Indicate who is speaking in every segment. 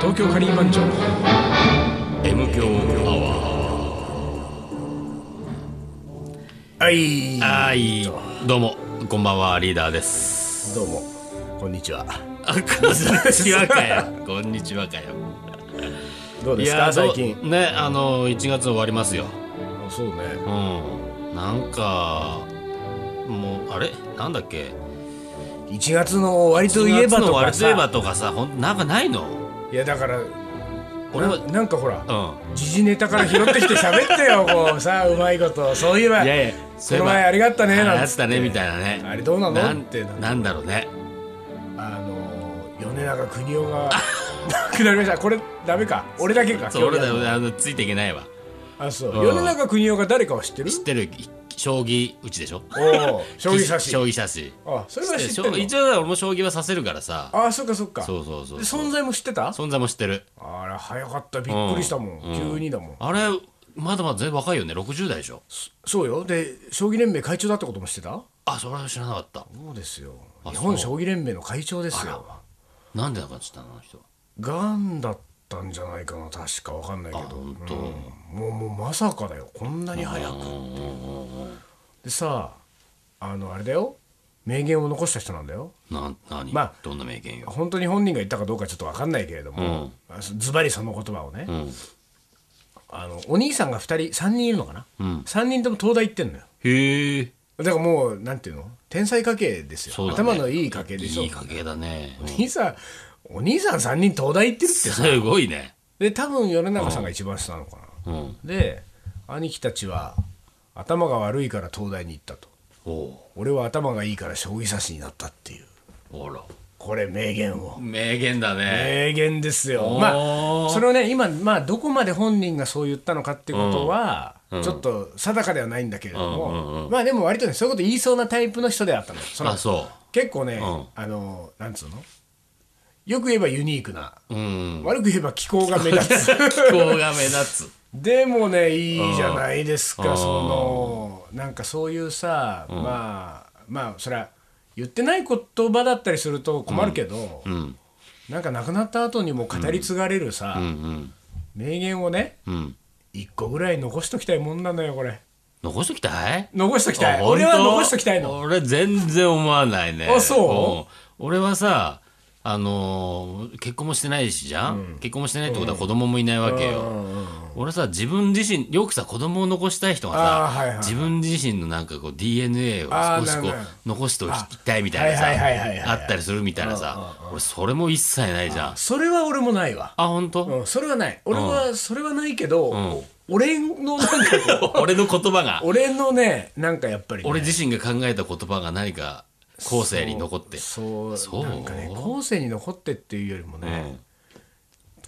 Speaker 1: 東京カリー番長
Speaker 2: M 強アワ
Speaker 3: はい
Speaker 2: ーはいどうもこんばんはリーダーです
Speaker 3: どうもこんにちは
Speaker 2: あこんにちはかよ こんにちはかよ
Speaker 3: どう
Speaker 2: い
Speaker 3: です
Speaker 2: や
Speaker 3: か
Speaker 2: ど
Speaker 3: 最
Speaker 2: う
Speaker 3: 近
Speaker 2: ねあの1月終わりますよ
Speaker 3: あそうね
Speaker 2: うんなんかもうあれなんだっけ
Speaker 3: 1月の終わりといえば
Speaker 2: 1月の
Speaker 3: と
Speaker 2: 終わ
Speaker 3: か
Speaker 2: りといえば
Speaker 3: さ
Speaker 2: とかさほんなんかないの
Speaker 3: いやだから
Speaker 2: 俺は
Speaker 3: ななんかほら
Speaker 2: う
Speaker 3: 時事ネタから拾ってきて喋ってよこうさ あうまいことそういえば
Speaker 2: んいやいや
Speaker 3: この前ありがったね
Speaker 2: あ
Speaker 3: な
Speaker 2: や
Speaker 3: ん
Speaker 2: つ
Speaker 3: つっ
Speaker 2: だ
Speaker 3: て
Speaker 2: ねみたいなね
Speaker 3: あれどうなの
Speaker 2: な
Speaker 3: ってなんる
Speaker 2: なんだろうね
Speaker 3: あの米長邦夫が 亡くなりましたこれダメか俺だけか
Speaker 2: そう俺だ
Speaker 3: 興味ある
Speaker 2: よあのついていけないわ
Speaker 3: あそう
Speaker 2: うん
Speaker 3: 米長邦夫が誰かは知ってる
Speaker 2: 知ってる将棋打ちでしょ
Speaker 3: おお将棋指し
Speaker 2: 将棋指し
Speaker 3: あそれは知って
Speaker 2: 将
Speaker 3: る
Speaker 2: 一応俺も将棋はさせるからさ
Speaker 3: のあそっかそっか
Speaker 2: そうそうそう
Speaker 3: で存在も知ってた
Speaker 2: 存在も知ってる
Speaker 3: あら早かったびっくりしたもん、
Speaker 2: うん
Speaker 3: 急にだもん
Speaker 2: あれまだまだ全然若いよね60代でしょ
Speaker 3: そうよで将棋連盟会長だってこともしてた
Speaker 2: あそれは知らなかった
Speaker 3: そうですよ
Speaker 2: あ
Speaker 3: 日本
Speaker 2: そ
Speaker 3: 将棋連盟の会長ですよ
Speaker 2: なんでなかったのあの人
Speaker 3: がんだったんじゃないかな確かわかんないけど、
Speaker 2: 本
Speaker 3: う
Speaker 2: 当
Speaker 3: んもうもうまさかだよこんなに早くでさあのあれだよ名言を残した人なんだよ
Speaker 2: なん何、
Speaker 3: まあ
Speaker 2: どんな名言よ
Speaker 3: 本当に本人が言ったかどうかちょっとわかんないけれども、あそズバリその言葉をね、
Speaker 2: うん
Speaker 3: あのお兄さんが2人3人いるのかな、
Speaker 2: うん
Speaker 3: 3人とも東大行ってんのよ
Speaker 2: へえ
Speaker 3: だからもうなんていうの天才家系ですよ、
Speaker 2: そうだね
Speaker 3: 頭のいい家系でしょ
Speaker 2: いい家系だね
Speaker 3: お兄さんお兄さん3人東大行ってるって
Speaker 2: すごいね
Speaker 3: で多分米長さんが一番下なのか
Speaker 2: う
Speaker 3: な、
Speaker 2: ん
Speaker 3: で兄貴たちは頭が悪いから東大に行ったと
Speaker 2: おお
Speaker 3: 俺は頭がいいから将棋指しになったっていう
Speaker 2: あら
Speaker 3: これ名言を
Speaker 2: 名言だね
Speaker 3: 名言ですよ
Speaker 2: おー
Speaker 3: まあそれをね今、まあ、どこまで本人がそう言ったのかってことは、ちょっと定かではないんだけれども、まあでも割とねそういうこと言いそうなタイプの人であったのその
Speaker 2: あそ
Speaker 3: 結構ね、
Speaker 2: ん
Speaker 3: あのなんつうのよく言えばユニークな、
Speaker 2: ううん
Speaker 3: 悪く言えば気候が目立つ
Speaker 2: 気候が目立つ
Speaker 3: でもねいいじゃないですか、そのなんかそういうさ、まあまあそりゃ言ってない言葉だったりすると困るけど、
Speaker 2: うん
Speaker 3: なんか亡くなった後にも語り継がれるさ、
Speaker 2: うんうん
Speaker 3: 名言をね
Speaker 2: うん
Speaker 3: 一個ぐらい残しときたいもんなのよこれ
Speaker 2: 残しときたい
Speaker 3: 残しときたい
Speaker 2: あ
Speaker 3: 俺は
Speaker 2: 本当
Speaker 3: 残しときたいの
Speaker 2: 俺全然思わないね
Speaker 3: あそ
Speaker 2: うん俺はさあのー結婚もしてないしじゃん、結婚もしてないってことは子供もいないわけよ、俺さ自分自身よくさ子供を残したい人がさ、
Speaker 3: あーはいはい
Speaker 2: 自分自身のなんかこう DNA を
Speaker 3: あ
Speaker 2: 少
Speaker 3: ー
Speaker 2: しこ
Speaker 3: なるほ
Speaker 2: う残しておきたいみたいなさ
Speaker 3: はいはいはいはいはい
Speaker 2: あったりするみたいなさ俺それも一切ないじゃんあ
Speaker 3: それは俺もないわ、
Speaker 2: 本当、
Speaker 3: うん、それはない俺はそれはないけど、
Speaker 2: ん
Speaker 3: 俺のなんか こう
Speaker 2: 俺の言葉が
Speaker 3: 俺のねなんかやっぱり、ね、
Speaker 2: 俺自身が考えた言葉が何か後世に残って
Speaker 3: そう
Speaker 2: そう
Speaker 3: なんかね後世に残ってっていうよりもね、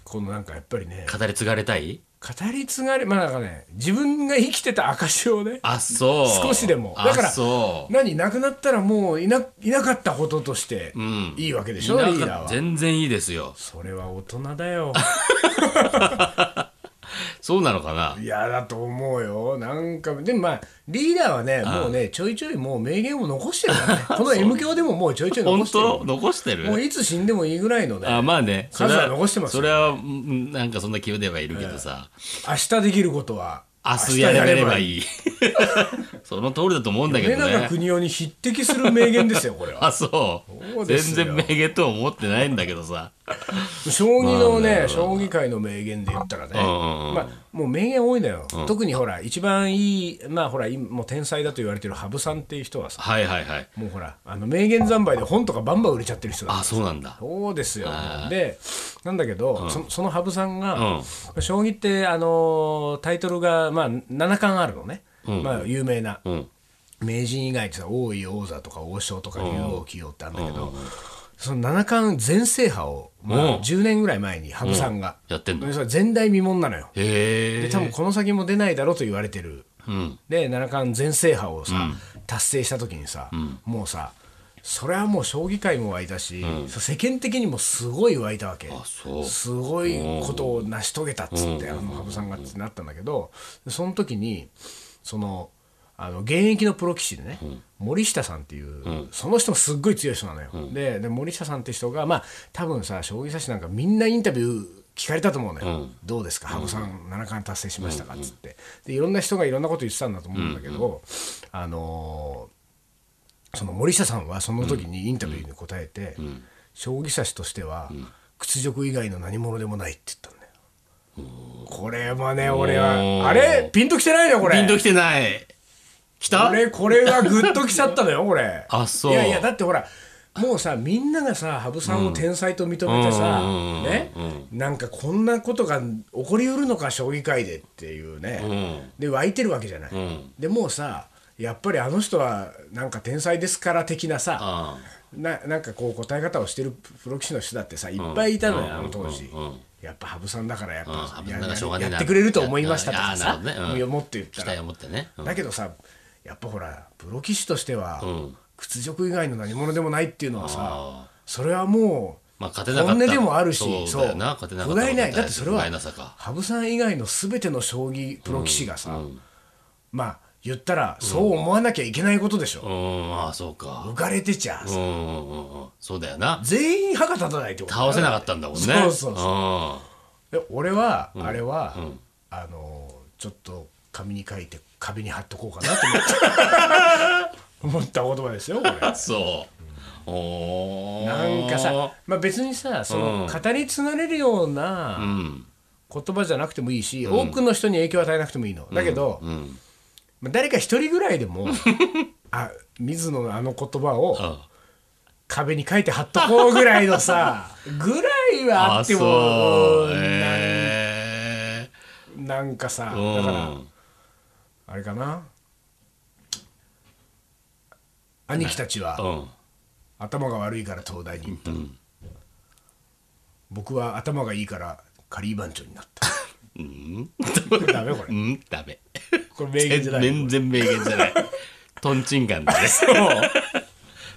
Speaker 3: このなんかやっぱりね
Speaker 2: 語り継がれたい
Speaker 3: 語り継がれまあなんかね自分が生きてた証をね
Speaker 2: あそう
Speaker 3: 少しでも
Speaker 2: あ
Speaker 3: だから
Speaker 2: そう
Speaker 3: 何亡くなったらもういないなかったこととして
Speaker 2: ん
Speaker 3: いいわけでしょ、
Speaker 2: 田舎
Speaker 3: リーダーは
Speaker 2: 全然いいですよ
Speaker 3: それは大人だ よ
Speaker 2: そうなのかない
Speaker 3: やだと思うよなんかでもまあリーダーはねもうねちょいちょいもう名言を残してるからねこの M 教でももうちょいちょい
Speaker 2: 本
Speaker 3: 残してる
Speaker 2: 当残してる
Speaker 3: もういつ死んでもいいぐらいのね
Speaker 2: あまあねそれ
Speaker 3: 数は残してますよ
Speaker 2: それはうんなんかそんな気分ではいるけどさ、
Speaker 3: 明日できることは
Speaker 2: 明日やれれば
Speaker 3: い
Speaker 2: いい その通りだと思うんだけ
Speaker 3: 米
Speaker 2: ど
Speaker 3: 長
Speaker 2: ね
Speaker 3: 邦夫に匹敵する名言ですよこ れは
Speaker 2: あそう
Speaker 3: そうです
Speaker 2: 全
Speaker 3: よ
Speaker 2: 然名言とは思ってないんだけどさ
Speaker 3: 将棋のね将棋界の名言で言ったらね
Speaker 2: んうん
Speaker 3: まあもう名言多いのよ特にほら一番いいまあほら今もう天才だと言われてる羽生さんっていう人はさ
Speaker 2: はいはいはい
Speaker 3: もうほらあの名言三昧で本とかバンバン売れちゃってる人だ
Speaker 2: あそうなんだ
Speaker 3: そうですよでなんだけどそその羽生さん
Speaker 2: う
Speaker 3: が将棋ってあのータイトルがまあ七冠あるのねまあ有名な
Speaker 2: うん
Speaker 3: 名人以外ってさ王位王座とか王将とか竜王棋王ってあるんだけど、その七冠全制覇を、ま
Speaker 2: うん
Speaker 3: あ、10年ぐらい前に羽生さんが、
Speaker 2: やってんの
Speaker 3: で
Speaker 2: へ
Speaker 3: それ前代未聞なのよ
Speaker 2: え
Speaker 3: で多分この先も出ないだろうと言われてる
Speaker 2: うん
Speaker 3: で七冠全制覇をさ、達成した時にさ、もうさそれはもう将棋界も湧いたし、そう世間的にもすごい湧いたわけ
Speaker 2: あそう
Speaker 3: すごいことを成し遂げたっつって、あの羽生さんがってなったんだけどでその時にそのあの現役のプロ棋士でね、森下さんっていう、その人もすっごい強い人なのよ、でで森下さんって人がまあ多分さ将棋指しなんかみんなインタビュー聞かれたと思うのよ、
Speaker 2: うん
Speaker 3: どうですか羽生さん七冠達成しましたかっつってでいろんな人がいろんなこと言ってたんだと思うんだけど、あのーその森下さんはその時にインタビューに答えて、将棋指しとしては、屈辱以外の何者でもないって言ったんだよ。これはね俺
Speaker 2: おー
Speaker 3: はあれピンときてないよこれ
Speaker 2: ピンときてない。来た
Speaker 3: 俺これがグッときちゃったのよ俺
Speaker 2: あそう
Speaker 3: いやいやだってほらもうさみんながさ羽生さんを天才と認めてさ、
Speaker 2: うんうんうんうん
Speaker 3: ね、なんかこんなことが起こりうるのか将棋界でっていうね、
Speaker 2: うん
Speaker 3: で湧いてるわけじゃない、
Speaker 2: ん
Speaker 3: でもうさやっぱりあの人はなんか天才ですから的なさ
Speaker 2: あ
Speaker 3: ななんかこう答え方をしてるプロ棋士の人だってさいっぱいいたのよ、
Speaker 2: うん
Speaker 3: あの当時、
Speaker 2: うんうん
Speaker 3: やっぱ羽生さんだからやっ
Speaker 2: うん
Speaker 3: ぱ、
Speaker 2: 羽生
Speaker 3: や
Speaker 2: さんならしょうがねえな
Speaker 3: やってくれると思いましたとか
Speaker 2: う
Speaker 3: さ、
Speaker 2: んいやなるほどねうん
Speaker 3: 思って言っ
Speaker 2: 期
Speaker 3: たら
Speaker 2: 待を持ってね。うん
Speaker 3: だけどさやっぱほらプロ棋士としては、
Speaker 2: ん
Speaker 3: 屈辱以外の何者でもないっていうのはさ
Speaker 2: あ
Speaker 3: それはもう、
Speaker 2: まあ勝てなかった
Speaker 3: 本音でもあるし
Speaker 2: そうだよな勝てなかった
Speaker 3: 不甲斐な
Speaker 2: ことに対し
Speaker 3: い
Speaker 2: て
Speaker 3: だってそれは
Speaker 2: 不甲斐なさか
Speaker 3: 羽生さん以外の全ての将棋プロ棋士がさ、まあ言ったらそう思わなきゃいけないことでしょ、
Speaker 2: うん、ああ、そうか。
Speaker 3: 浮かれてちゃ、
Speaker 2: うんうんうんうん、そうだよな。
Speaker 3: 全員歯が立たないってことだよ
Speaker 2: 倒せなかったんだもんね。
Speaker 3: そうそうそう
Speaker 2: そ
Speaker 3: で俺は、あれは、
Speaker 2: ん
Speaker 3: あのちょっと紙に書いて壁に貼っとこうかなと思った 思った言葉ですよこれ
Speaker 2: うん。そう。おー
Speaker 3: なんかさ、まあ、別にさその
Speaker 2: うん
Speaker 3: 語り継がれるよう
Speaker 2: う。
Speaker 3: なん言葉じゃなくてもいいし、多くの人に影響を与えなくてもいいの、だけど、
Speaker 2: うん。
Speaker 3: まあ、誰か一人ぐらいで もあ水野のあの言葉を
Speaker 2: あ
Speaker 3: 壁に書いて貼っとこうぐらいの さぐらいはあ
Speaker 2: あ、
Speaker 3: っても
Speaker 2: そう。
Speaker 3: なん
Speaker 2: え
Speaker 3: なんかさだ
Speaker 2: ーう
Speaker 3: から
Speaker 2: ん。
Speaker 3: あれかな兄貴たちは、
Speaker 2: うん。
Speaker 3: 頭が悪いから東大に行った、僕は頭がいいからカリー番長になったうんダメこ
Speaker 2: う
Speaker 3: れ
Speaker 2: ん、ダメ。
Speaker 3: これ名言じゃない
Speaker 2: 全然名言じゃない。トンチンカンだね。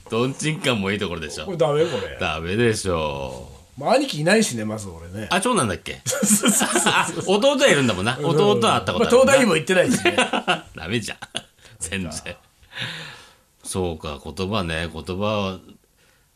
Speaker 2: トンチンカンもいいところでし
Speaker 3: こ
Speaker 2: ょ。
Speaker 3: れダメこれ、
Speaker 2: ダメでしょう。
Speaker 3: まあ、兄貴いないしねまず俺ね
Speaker 2: あ、長男だっけあ弟はいるんだもんな。弟は会った
Speaker 3: まあ、
Speaker 2: ことあるもんな。
Speaker 3: 東大にも行ってないしね
Speaker 2: ダメじゃん。全然。そうか、言葉ね、言葉は。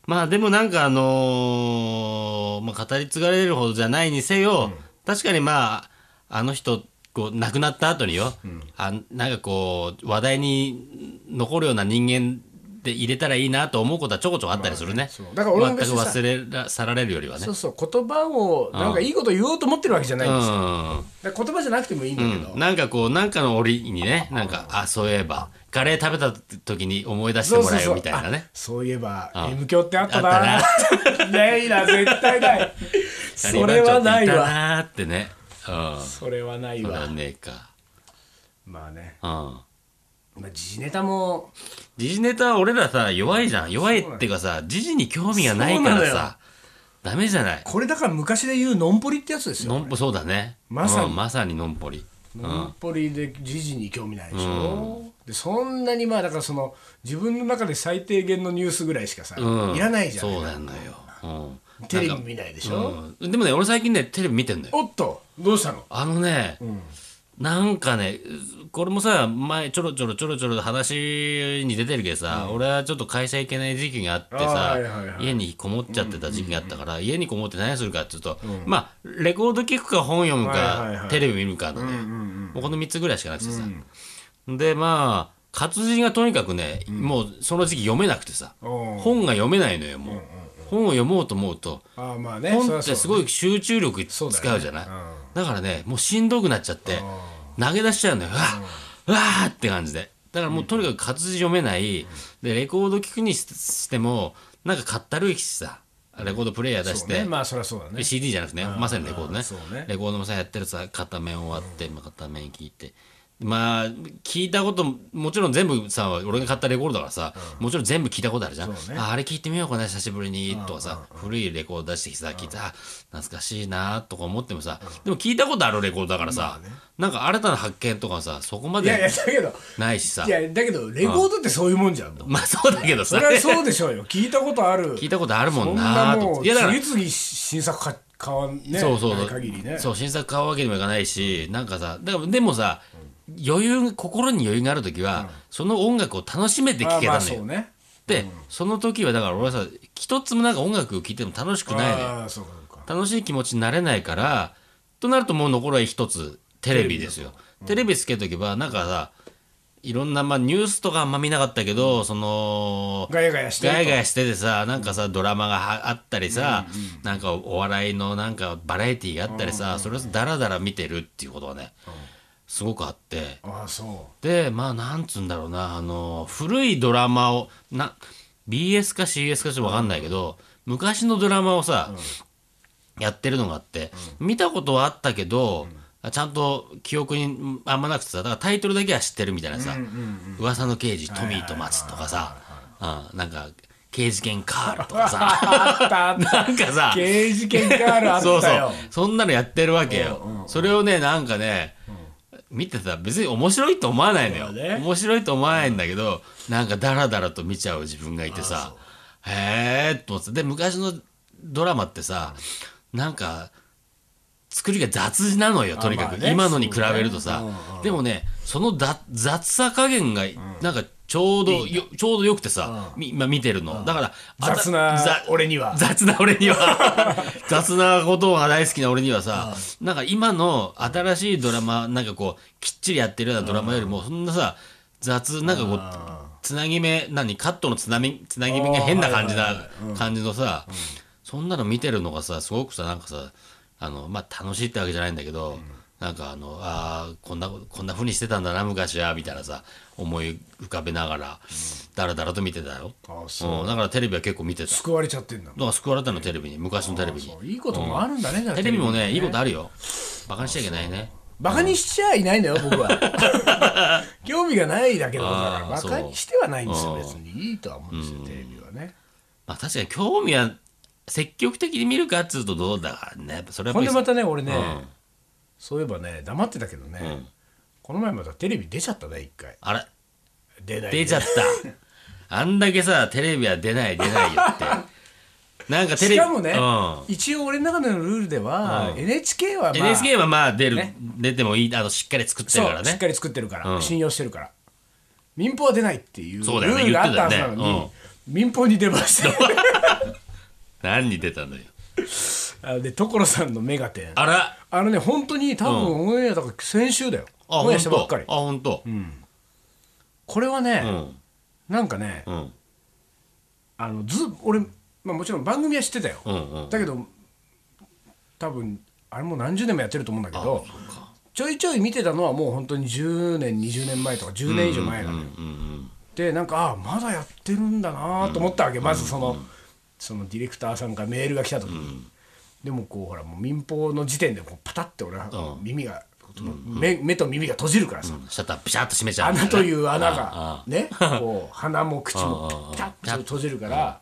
Speaker 2: まあでもなんかあのーまあ語り継がれるほどじゃないにせよ、確かにまあ、あの人、こう亡くなった後によ、あなんかこう話題に残るような人間で入れたらいいなと思うことはちょこちょこあったりするね,、
Speaker 3: そうだから俺も別にさ
Speaker 2: 全く忘れら去られるよりはね
Speaker 3: そうそう言葉をなんかいいこと言おうと思ってるわけじゃないんですよ、
Speaker 2: うん
Speaker 3: だから言葉じゃなくてもいいんだけど、
Speaker 2: なんかこうなんかの折にねなんかあそういえばカレー食べた時に思い出してもらえよみたいなね
Speaker 3: あそういえば
Speaker 2: ん
Speaker 3: M 教ってあったな
Speaker 2: あっ
Speaker 3: ないな絶対 ない
Speaker 2: カ
Speaker 3: そ
Speaker 2: レー
Speaker 3: れはな
Speaker 2: 番長って
Speaker 3: い
Speaker 2: た
Speaker 3: わ
Speaker 2: なーってねうんそ
Speaker 3: それはない
Speaker 2: れは
Speaker 3: わ
Speaker 2: ねえか
Speaker 3: まあね
Speaker 2: うん
Speaker 3: まあ時事ネタも
Speaker 2: 時事ネタは俺らさ弱いじゃん弱いっていうかさ時事に興味がないか
Speaker 3: そう
Speaker 2: ら
Speaker 3: なのよ
Speaker 2: さダメじゃない
Speaker 3: これだから昔で言うのんぽりってやつです
Speaker 2: の
Speaker 3: よ
Speaker 2: んぽそうだね
Speaker 3: まさに
Speaker 2: うんまさにのんぽり
Speaker 3: のんぽりで時事に興味ないでしょ、でそんなにまあだからその自分の中で最低限のニュースぐらいしかさ、
Speaker 2: うん
Speaker 3: いらないじゃん
Speaker 2: そうなのようん
Speaker 3: テレ
Speaker 2: な
Speaker 3: ビ
Speaker 2: んか
Speaker 3: 見ないでしょ、
Speaker 2: うんでもね俺最近ねテレビ見てんだよ
Speaker 3: おっとどうしたの
Speaker 2: あのね、なんかね、これもさ、前ちょろちょろちょろちょろ話に出てるけどさ、俺はちょっと会社行けない時期があってさ、
Speaker 3: あーはいはいはい
Speaker 2: 家にこもっちゃってた時期があったから、家にこもって何するかっていうと、まあ、レコード聞くか本読むか、
Speaker 3: はいはいはい
Speaker 2: テレビ見るかのね、もうこの3つぐらいしかなくてさ。で、まあ、活字がとにかくね、もうその時期読めなくてさ、
Speaker 3: おー
Speaker 2: 本が読めないのよ、もう。本を読もうと思うと、
Speaker 3: ああまあねそり
Speaker 2: 本
Speaker 3: ゃ
Speaker 2: っ
Speaker 3: そう
Speaker 2: てすごい集中力使
Speaker 3: そううだよね
Speaker 2: じゃないだ,、
Speaker 3: う
Speaker 2: からねもうしんどくなっちゃって投げ出しちゃうのよわあ、わあって感じでだからもうとにかく活字読めない、でレコード聞くにししてもなんかかったるいしさレコードプレイヤー出し
Speaker 3: そう
Speaker 2: て、
Speaker 3: ねまあそりゃそうだね
Speaker 2: CD じゃなくてねまさにレコード
Speaker 3: う
Speaker 2: ね
Speaker 3: んそうね
Speaker 2: レコードもさやってるさ片面終わって、まあ片面聞いてまあ聞いたことももちろん全部さ俺が買ったレコードだからさ、もちろん全部聞いたことあるじゃん、
Speaker 3: そうね
Speaker 2: ああれ聞いてみようかな久しぶりにとかさ、古いレコード出してきてさ聞いて、あ懐かしいなとか思ってもさ、でも聞いたことあるレコードだからさ、なんか新たな発見とかさそこま
Speaker 3: いやいや
Speaker 2: で
Speaker 3: だけど
Speaker 2: ないしさ
Speaker 3: いやだけどレコードってそういうもんじゃん、
Speaker 2: まあそうだけど
Speaker 3: そ
Speaker 2: さ
Speaker 3: れはそうでしょ うよ聞いたことある
Speaker 2: 聞いたことあるも
Speaker 3: そ
Speaker 2: ん
Speaker 3: んな
Speaker 2: な
Speaker 3: も
Speaker 2: と
Speaker 3: う
Speaker 2: い
Speaker 3: 次
Speaker 2: やだから
Speaker 3: 々新作か買わんね
Speaker 2: そうそう
Speaker 3: な
Speaker 2: そ
Speaker 3: いう限りね
Speaker 2: そう新作買うわけにもいかないし、なんかさだからでもさ余裕心に余裕がある時は、その音楽を楽しめて聴
Speaker 3: まあ
Speaker 2: け
Speaker 3: ま
Speaker 2: た
Speaker 3: あ
Speaker 2: の
Speaker 3: そ
Speaker 2: よ、
Speaker 3: うね
Speaker 2: で、その時はだから俺はさ一つもなんか音楽を聴いても楽しくないのよ
Speaker 3: ああそうかそうか
Speaker 2: 楽しい気持ちになれないからとなるともう残りは一つテレビですよテレビつけとけばなんかさいろんな、まあ、ニュースとかあんま見なかったけど、その
Speaker 3: ガヤガヤしてると
Speaker 2: ガヤガヤしててさなんかさドラマがはあったりさ、なんかお笑いのなんかバラエティーがあったりさ、それをダラダラ見てるっていうことはね、すごくあって。
Speaker 3: ああそ
Speaker 2: でまあなんつうんだろうなあの古いドラマをな BS か CS かちょっと分かんないけど昔のドラマをさ、やってるのがあって、見たことはあったけど、ちゃんと記憶にうんあんまなくてさだからタイトルだけは知ってるみたいなさ「噂の刑事トミーと松」とかさ、うん、なんか「刑事犬カール」とかさ
Speaker 3: あったあった
Speaker 2: なんかさ
Speaker 3: 刑事件があるあった
Speaker 2: そ
Speaker 3: よ
Speaker 2: うそうそんなのやってるわけよ、それをねなんかね、見てたら別に面白いと思わないのよ、
Speaker 3: そうだね
Speaker 2: 面白いと思わないんだけど、なんかダラダラと見ちゃう自分がいてさへえと思ってで昔のドラマってさなんか作りが雑なのよとにか
Speaker 3: あ
Speaker 2: く、
Speaker 3: まあね
Speaker 2: 今のに比べるとさ、
Speaker 3: そうね
Speaker 2: でもねそのだ雑さ加減がなんかちょうどよちょうどよくてさ、み今見てるの、だからあた
Speaker 3: 雑な
Speaker 2: ざ
Speaker 3: 俺には
Speaker 2: 雑な俺には 雑なことが大好きな俺にはさ、なんか今の新しいドラマなんかこうきっちりやってるようなドラマよりもそんなさ雑なんかこうつなぎ目何カットのつなぎつなぎ目が変な感じ
Speaker 3: あーはい
Speaker 2: な感じのさ、そんなの見てるのがさすごくさなんかさあのまあ楽しいってわけじゃないんだけど、なんかあのあーこんなことこんな風にしてたんだな昔はみたいなさ思い浮かべながらだらだらと見てたよ、
Speaker 3: あそう
Speaker 2: うん、だからテレビは結構見てた。
Speaker 3: 救われちゃってんだ
Speaker 2: だから救われたのテレビに昔のテレビ
Speaker 3: そう
Speaker 2: に
Speaker 3: いいこともあるんだねじゃあ
Speaker 2: テレビもねいいことあるよバカにしちゃいけないね
Speaker 3: バカにしちゃいないんだよ僕は 興味がないだけのことだから
Speaker 2: あー
Speaker 3: バ
Speaker 2: そう
Speaker 3: カにしてはないんですよ
Speaker 2: うん
Speaker 3: 別にいいとは思うんですよテレビはね
Speaker 2: まあ確かに興味は積極的に見るかっつうとどうだからねそれは
Speaker 3: ほんで
Speaker 2: やっ
Speaker 3: ま
Speaker 2: ぱり
Speaker 3: たね俺ね
Speaker 2: うん
Speaker 3: そういえばね黙ってたけどね、この前またテレビ出ちゃったね一回
Speaker 2: あれ
Speaker 3: 出ない
Speaker 2: 出ちゃったあんだけさテレビは出ない出ないよ ってなんかテレビ
Speaker 3: しかもね、
Speaker 2: う
Speaker 3: 一応俺の中でのルールでは、NHK はまあ
Speaker 2: ん NHK はまあ出る、
Speaker 3: ね
Speaker 2: 出てもいいあのしっかり作って
Speaker 3: そ
Speaker 2: る
Speaker 3: う
Speaker 2: から
Speaker 3: しっ
Speaker 2: ね
Speaker 3: かり作ってるから、
Speaker 2: うん
Speaker 3: 信用してるから民放は出ないっていうル
Speaker 2: そうだよね
Speaker 3: ールがあったはずなのに、
Speaker 2: 言って
Speaker 3: 民放に出ました
Speaker 2: 何に出たのよ
Speaker 3: あで所さんの『メガテン』
Speaker 2: あら
Speaker 3: あのね本当に多分オンエアだから先週だよ、
Speaker 2: あ
Speaker 3: オンエ
Speaker 2: 本
Speaker 3: アしたばっ
Speaker 2: 当
Speaker 3: かり
Speaker 2: あ本当うん
Speaker 3: これはね、
Speaker 2: うん
Speaker 3: なんかね
Speaker 2: うん
Speaker 3: あのず俺、まあ、もちろん番組は知ってたよ、
Speaker 2: うんうん
Speaker 3: だけど多分あれもう何十年もやってると思うんだけどちょいちょい見てたのはもう本当に10年20年前とか10年以上前なのよ、でなんかああまだやってるんだなと思ったわけ、まずその、そのディレクターさんからメールが来た時に、でもこうほらもう民放の時点でこうパタッて俺は
Speaker 2: う
Speaker 3: 耳が、目目と耳が閉じるからさ、
Speaker 2: シャッターピシャッと閉めちゃう
Speaker 3: 穴という穴
Speaker 2: あ
Speaker 3: が ねこう鼻も口もピタッと閉じるから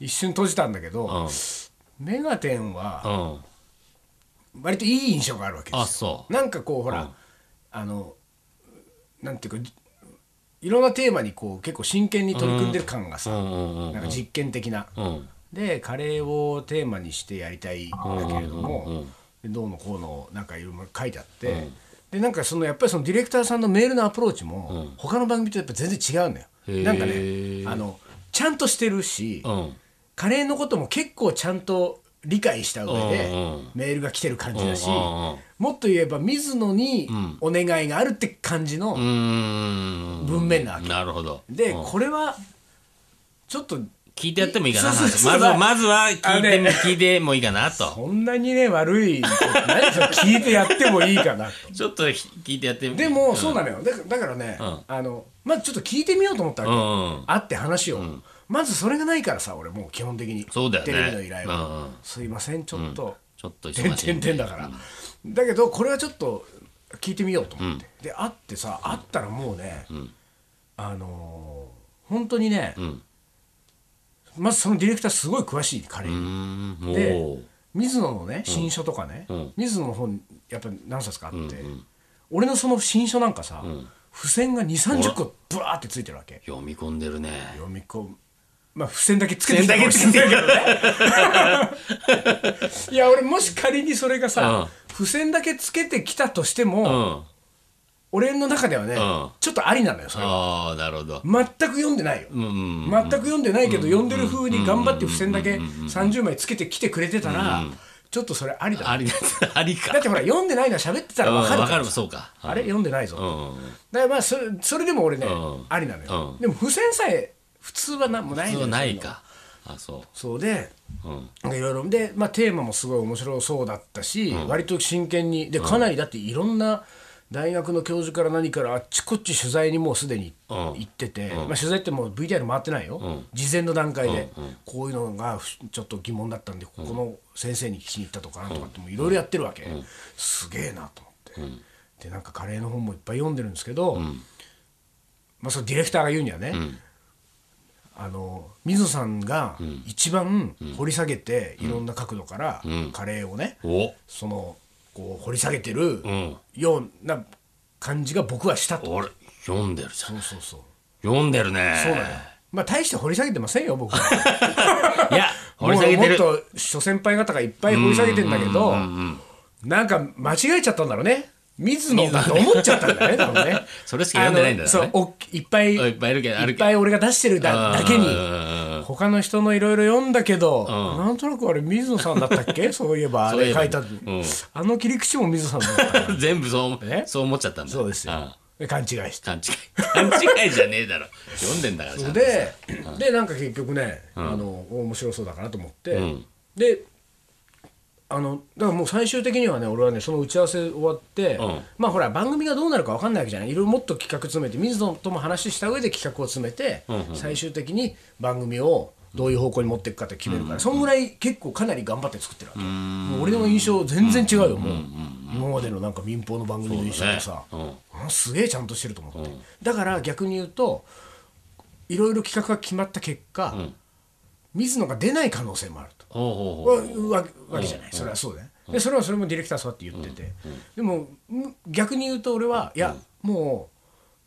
Speaker 3: 一瞬閉じたんだけど『メガテン』は
Speaker 2: あうん
Speaker 3: 割といい印象があるわけですよ
Speaker 2: あそう
Speaker 3: なんかこうほらあのなんていうかいろんなテーマにこう結構真剣に取り組んでる感がさ
Speaker 2: うんうんうん
Speaker 3: なんか実験的な。
Speaker 2: うん
Speaker 3: でカレーをテーマにしてやりたいんだけれども、でどうのこうのなんかいろいろ書いてあって、でなんかそのやっぱりそのディレクターさんのメールのアプローチも、他の番組とやっぱ全然違うのよ。
Speaker 2: へー
Speaker 3: なんかねあのちゃんとしてるし、
Speaker 2: うん
Speaker 3: カレーのことも結構ちゃんと理解した上で、
Speaker 2: うんうん
Speaker 3: メールが来てる感じだし、
Speaker 2: うんうんうん
Speaker 3: もっと言えば水野にお願いがあるって感じの
Speaker 2: うーん
Speaker 3: 文面なわけ。
Speaker 2: なるほど
Speaker 3: で、
Speaker 2: うん
Speaker 3: これはちょっと
Speaker 2: 聞いてやってもいいかな
Speaker 3: そうそうそう
Speaker 2: 話まずはまずは
Speaker 3: あ
Speaker 2: 聞い
Speaker 3: の
Speaker 2: てみ
Speaker 3: ね
Speaker 2: 聞いてもいいかなと
Speaker 3: こんなにね悪いことないですよ聞いてやってもいいかなと
Speaker 2: ちょっとひ聞いてやってみ
Speaker 3: でもそうなのよだだからね、
Speaker 2: ん
Speaker 3: あのまずちょっと聞いてみようと思ったわけ、
Speaker 2: うんうん
Speaker 3: 会って話を、まずそれがないからさ俺もう基本的に
Speaker 2: そうだよね
Speaker 3: テレビの依頼は、
Speaker 2: うんうん
Speaker 3: すいませんちょっと、
Speaker 2: ちょっと
Speaker 3: てん
Speaker 2: 忙してい
Speaker 3: んてんだから、だけどこれはちょっと聞いてみようと思って、で会ってさ会ったらもうね、あのー本当にね、
Speaker 2: ん
Speaker 3: まずそのディレクターすごい詳しい彼に
Speaker 2: うーんも
Speaker 3: で
Speaker 2: う
Speaker 3: 水野のね新書とかね、
Speaker 2: ん
Speaker 3: 水野の本やっぱ何冊かあって、俺のその新書なんかさ、付箋が2 3 0個ブワーってついてるわけ
Speaker 2: 読み込んでるね
Speaker 3: 読み込むまあ付箋だけつけてたかもし
Speaker 2: 付
Speaker 3: れ
Speaker 2: 箋
Speaker 3: ないけどね いや俺もし仮にそれがさ、付箋だけつけてきたとして
Speaker 2: う
Speaker 3: も、
Speaker 2: ん
Speaker 3: 俺の中ではね、
Speaker 2: ん
Speaker 3: ちょっとありなのよそれは
Speaker 2: ああなるほど
Speaker 3: 全く読んでないよ、
Speaker 2: うんうん
Speaker 3: 全く読んでないけど、読んでる風に頑張って付箋だけ30枚つけてきてくれてたら、ちょっとそれありだ
Speaker 2: ありありか
Speaker 3: だってほら読んでないのは喋ってたら分かる
Speaker 2: わ
Speaker 3: か
Speaker 2: からる
Speaker 3: さ
Speaker 2: そうか
Speaker 3: あれ読んでないぞ
Speaker 2: うんうん
Speaker 3: だからまあそれそれでも俺ね
Speaker 2: うん
Speaker 3: ありなの
Speaker 2: う
Speaker 3: よ
Speaker 2: ん
Speaker 3: でも付箋さえ普通はなんもないの
Speaker 2: 普通
Speaker 3: よ
Speaker 2: はないかあそ
Speaker 3: そうで
Speaker 2: ううん
Speaker 3: いろいろで、まあ、テーマもすごい面白そうだったし、割と真剣にでかなりだっていろんな大学の教授から何からあっちこっち取材にもうすでに
Speaker 2: うん
Speaker 3: 行ってて、まあ、取材ってもう VTR 回ってないよ、事前の段階で、こういうのがふちょっと疑問だったんでここの先生に聞きに行ったとかなんとかってもういろいろやってるわけ、すげえなと思って、でなんかカレーの本もいっぱい読んでるんですけど、まあ、そのディレクターが言うにはね、あの水野さんが一番掘り下げて、いろんな角度からカレーをね、
Speaker 2: お
Speaker 3: そのこう掘り下げてる
Speaker 2: ん
Speaker 3: ような感じが僕はしたと、
Speaker 2: 俺読んでるじゃん
Speaker 3: そうそうそう、
Speaker 2: 読んでるね
Speaker 3: そうなのよまあ大して掘り下げてませんよ僕は
Speaker 2: いや掘り下げてる
Speaker 3: もうもっと諸先輩方がいっぱい掘り下げてんだけど、なんか間違えちゃったんだろうね水野だと思っちゃったんだよね多分ね
Speaker 2: それしか読んでないんだよね
Speaker 3: あのそうおっきいっぱい
Speaker 2: いっぱいいるけどあ
Speaker 3: い
Speaker 2: る
Speaker 3: っ
Speaker 2: けど
Speaker 3: ぱい俺が出してるだだけに
Speaker 2: うんうんうん
Speaker 3: 他の人のいろいろ読んだけど、なんとなくあれ水野さんだったっ けそういえばあ
Speaker 2: そうい
Speaker 3: れ
Speaker 2: えば
Speaker 3: 書いた、
Speaker 2: うん
Speaker 3: あの切り口も水野さんだった
Speaker 2: 全部そう
Speaker 3: え
Speaker 2: そう思っちゃったんだ
Speaker 3: そうですよ
Speaker 2: ああ
Speaker 3: で勘違いして
Speaker 2: 勘違い 勘違いじゃねえだろ読んでんだからちゃんと
Speaker 3: ででなんか結局ね、あの面白そうだからと思って、であのだからもう最終的にはね俺はねその打ち合わせ終わって、
Speaker 2: うん
Speaker 3: まあほら番組がどうなるか分かんないわけじゃないいろいろもっと企画詰めて水野とも話した上で企画を詰めて、最終的に番組をどういう方向に持っていくかって決めるから、そんぐらい結構かなり頑張って作ってるわけ、もう俺の印象全然違うよ、もう、今までのなんか民放の番組の印象とさ、
Speaker 2: そうだね
Speaker 3: あすげえちゃんとしてると思って、だから逆に言うといろいろ企画が決まった結果、水野が出ない可能性もあると。
Speaker 2: ほうほうほう
Speaker 3: わわわけじゃない、それはそうだね、でそれはそれもディレクターそうやって言ってて、でもむ逆に言うと俺はいや、もう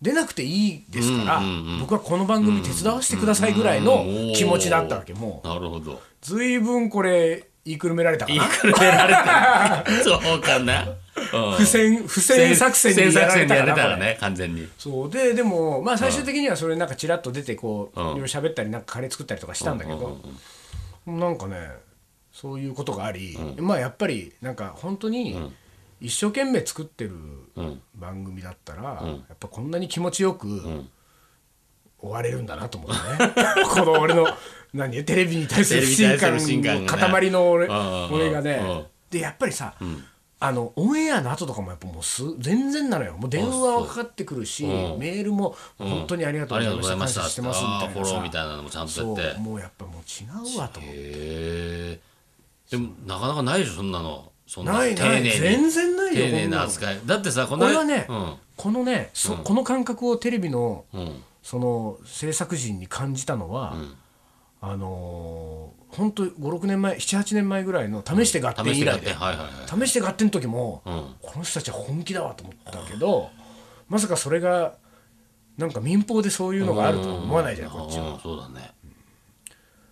Speaker 3: 出なくていいですから、僕はこの番組手伝わせてくださいぐらいの気持ちだったわけ、もう
Speaker 2: なるほど
Speaker 3: 随分これ言いくるめられたか
Speaker 2: 言い
Speaker 3: な
Speaker 2: くるめられて るそうかなうん
Speaker 3: 付箋付箋作戦にやられ
Speaker 2: 戦作戦
Speaker 3: た
Speaker 2: に
Speaker 3: かな
Speaker 2: やれた
Speaker 3: こ
Speaker 2: ら
Speaker 3: れ
Speaker 2: ね完全に
Speaker 3: そうででもまあ最終的にはそれなんかちらっと出てこう、
Speaker 2: うん
Speaker 3: いろいろ喋ったりなんかカレー作ったりとかしたんだけど、なんかねそういうことがあり、まあやっぱりなんか本当に一生懸命作ってる番組だったら、やっぱこんなに気持ちよく終われるんだなと思ってね、 この俺の何テレビに対する不信
Speaker 2: テレビに対する不信
Speaker 3: 感
Speaker 2: 感
Speaker 3: の
Speaker 2: がね
Speaker 3: 塊の俺
Speaker 2: うんうんうん
Speaker 3: 俺がね、
Speaker 2: うん
Speaker 3: でやっぱりさ、あのオンエアの後とかもやっぱもうす全然なのよもう電話はかかってくるし、メールも本当にありがとう
Speaker 2: あ
Speaker 3: ご
Speaker 2: り
Speaker 3: ざ
Speaker 2: がと
Speaker 3: いうま
Speaker 2: ご
Speaker 3: し
Speaker 2: ざ
Speaker 3: た
Speaker 2: いま
Speaker 3: 感謝してま
Speaker 2: した
Speaker 3: すみ
Speaker 2: あ
Speaker 3: た
Speaker 2: ー
Speaker 3: い
Speaker 2: フ
Speaker 3: な
Speaker 2: ォローみ
Speaker 3: さ
Speaker 2: たいなのもちゃんとや
Speaker 3: そ
Speaker 2: って
Speaker 3: うもうやっぱもう違うわと思って
Speaker 2: へえでもなかなかないでしょそんなのそんな
Speaker 3: ないない
Speaker 2: 丁寧に
Speaker 3: 全然ないよ
Speaker 2: 丁
Speaker 3: こ
Speaker 2: 寧な
Speaker 3: んなの
Speaker 2: 扱いだってさこの
Speaker 3: 俺はね、
Speaker 2: うん
Speaker 3: このねそ、この感覚をテレビの、
Speaker 2: ん
Speaker 3: その制作陣に感じたのは、あのー、本当56年前78年前ぐらいの「試して合
Speaker 2: 試
Speaker 3: 点」
Speaker 2: して
Speaker 3: 以
Speaker 2: やっ
Speaker 3: 来
Speaker 2: て
Speaker 3: で
Speaker 2: はいはいはい
Speaker 3: 試して合点の時も、
Speaker 2: ん
Speaker 3: この人たちは本気だわと思ったけど、まさかそれがなんか民放でそういうのがあるとは思わないじゃない、こっちは。
Speaker 2: うんそうだね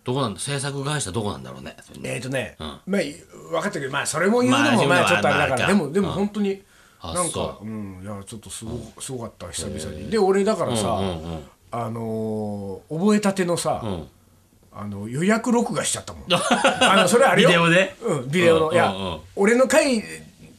Speaker 2: どこなんだ制作会社どこなんだろうねそんな
Speaker 3: えーとね、
Speaker 2: ん
Speaker 3: まあい分かったけど、まあ、それも言うの
Speaker 2: ま
Speaker 3: も
Speaker 2: あ自分
Speaker 3: ま
Speaker 2: の
Speaker 3: あちょっとあれだか
Speaker 2: ま
Speaker 3: ら、
Speaker 2: あ
Speaker 3: で
Speaker 2: う
Speaker 3: も
Speaker 2: ん
Speaker 3: でも本当に
Speaker 2: あ
Speaker 3: なんか、
Speaker 2: そう
Speaker 3: ん、いやちょっとすごすごかった久々にで俺だからさ、あのー覚えたてのさ、あの予約録画しちゃった もんあのそれあれよ
Speaker 2: ビデオで
Speaker 3: うん、ビデオの、
Speaker 2: うん
Speaker 3: いや、
Speaker 2: うんうん
Speaker 3: 俺の回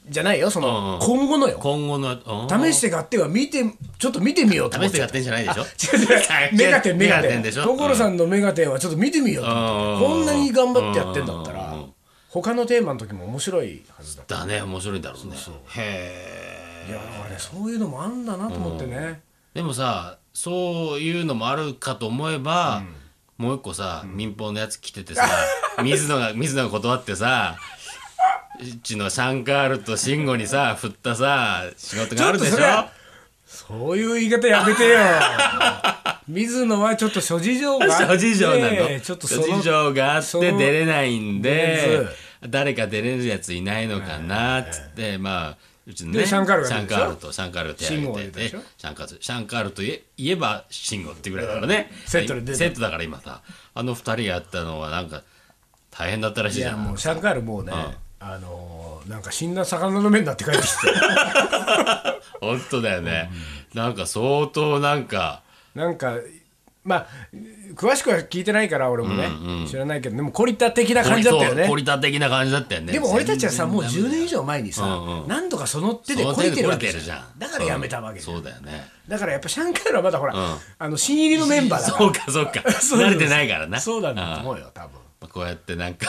Speaker 3: じゃないよその、
Speaker 2: うんうん
Speaker 3: 今後のよ
Speaker 2: 今後のう
Speaker 3: 試
Speaker 2: ん
Speaker 3: して買っては見てちょっと見てみようと思っ
Speaker 2: 試して
Speaker 3: ちゃ
Speaker 2: や
Speaker 3: っ
Speaker 2: ったてんじゃないでし
Speaker 3: 違
Speaker 2: ょ
Speaker 3: う 違うメガテンメガ
Speaker 2: メガ
Speaker 3: テ
Speaker 2: テン
Speaker 3: ン
Speaker 2: でしょ
Speaker 3: 所さんのメガテンはちょっと見てみようと思って
Speaker 2: うん
Speaker 3: こんなに頑張ってやってんだったら
Speaker 2: うん
Speaker 3: 他のテーマの時も面白いはずだ
Speaker 2: だね面白いだろうねへ
Speaker 3: いや
Speaker 2: え
Speaker 3: だからねそういうのもあんだなと思ってね
Speaker 2: でもさそういうのもあるかと思えば、もう一個さ、民放のやつ来てて さ水野が水野が断ってさうちのシャンカールと慎吾にさ振ったさ仕事があるでし
Speaker 3: ちょっとそ
Speaker 2: ょ
Speaker 3: れはそういう言い方やめ てよ水野はちょっと諸事情があ って
Speaker 2: 諸事情なの
Speaker 3: ちょっとそ
Speaker 2: 諸
Speaker 3: の
Speaker 2: 事情があっ
Speaker 3: そ
Speaker 2: て
Speaker 3: の
Speaker 2: 出れないんで誰か出れるやついないのかなっつってまあうちのね
Speaker 3: でシャンカールが
Speaker 2: シャンカールとシャンカールとや
Speaker 3: シンゴが
Speaker 2: っ
Speaker 3: 出
Speaker 2: て
Speaker 3: た
Speaker 2: て
Speaker 3: で
Speaker 2: シ
Speaker 3: しょ
Speaker 2: ャンカールシャンカールといえ言えばシンゴってぐらいだからね
Speaker 3: セットで出た
Speaker 2: セットだから今さあの二人がやったのはなんか大変だったらしい
Speaker 3: い
Speaker 2: じゃ
Speaker 3: や
Speaker 2: ん
Speaker 3: もうシャンカールもうねあのーなんか死んだ魚の目になって帰ってきて
Speaker 2: 本当だよねなんか相当なんか
Speaker 3: なんかまあ詳しくは聞いてないから俺もね、知らないけどでもコリタ的な感じだったよね
Speaker 2: コリタ的な感じだったよね
Speaker 3: でも俺たちはさ
Speaker 2: 全然
Speaker 3: もう10年以上前にさ、
Speaker 2: うんうん
Speaker 3: 何度かその手で
Speaker 2: その
Speaker 3: こ
Speaker 2: 手
Speaker 3: り
Speaker 2: で
Speaker 3: てるわけ
Speaker 2: 懲り
Speaker 3: じゃんだからやめたわけじゃん、
Speaker 2: うんそうだよね
Speaker 3: だからやっぱシャンカールはまだほら、
Speaker 2: ん
Speaker 3: あの新入りのメンバーだから
Speaker 2: そうかそうか
Speaker 3: そう
Speaker 2: 慣れてないからな
Speaker 3: そうなんだと思うよ多分
Speaker 2: まあこうやってなんか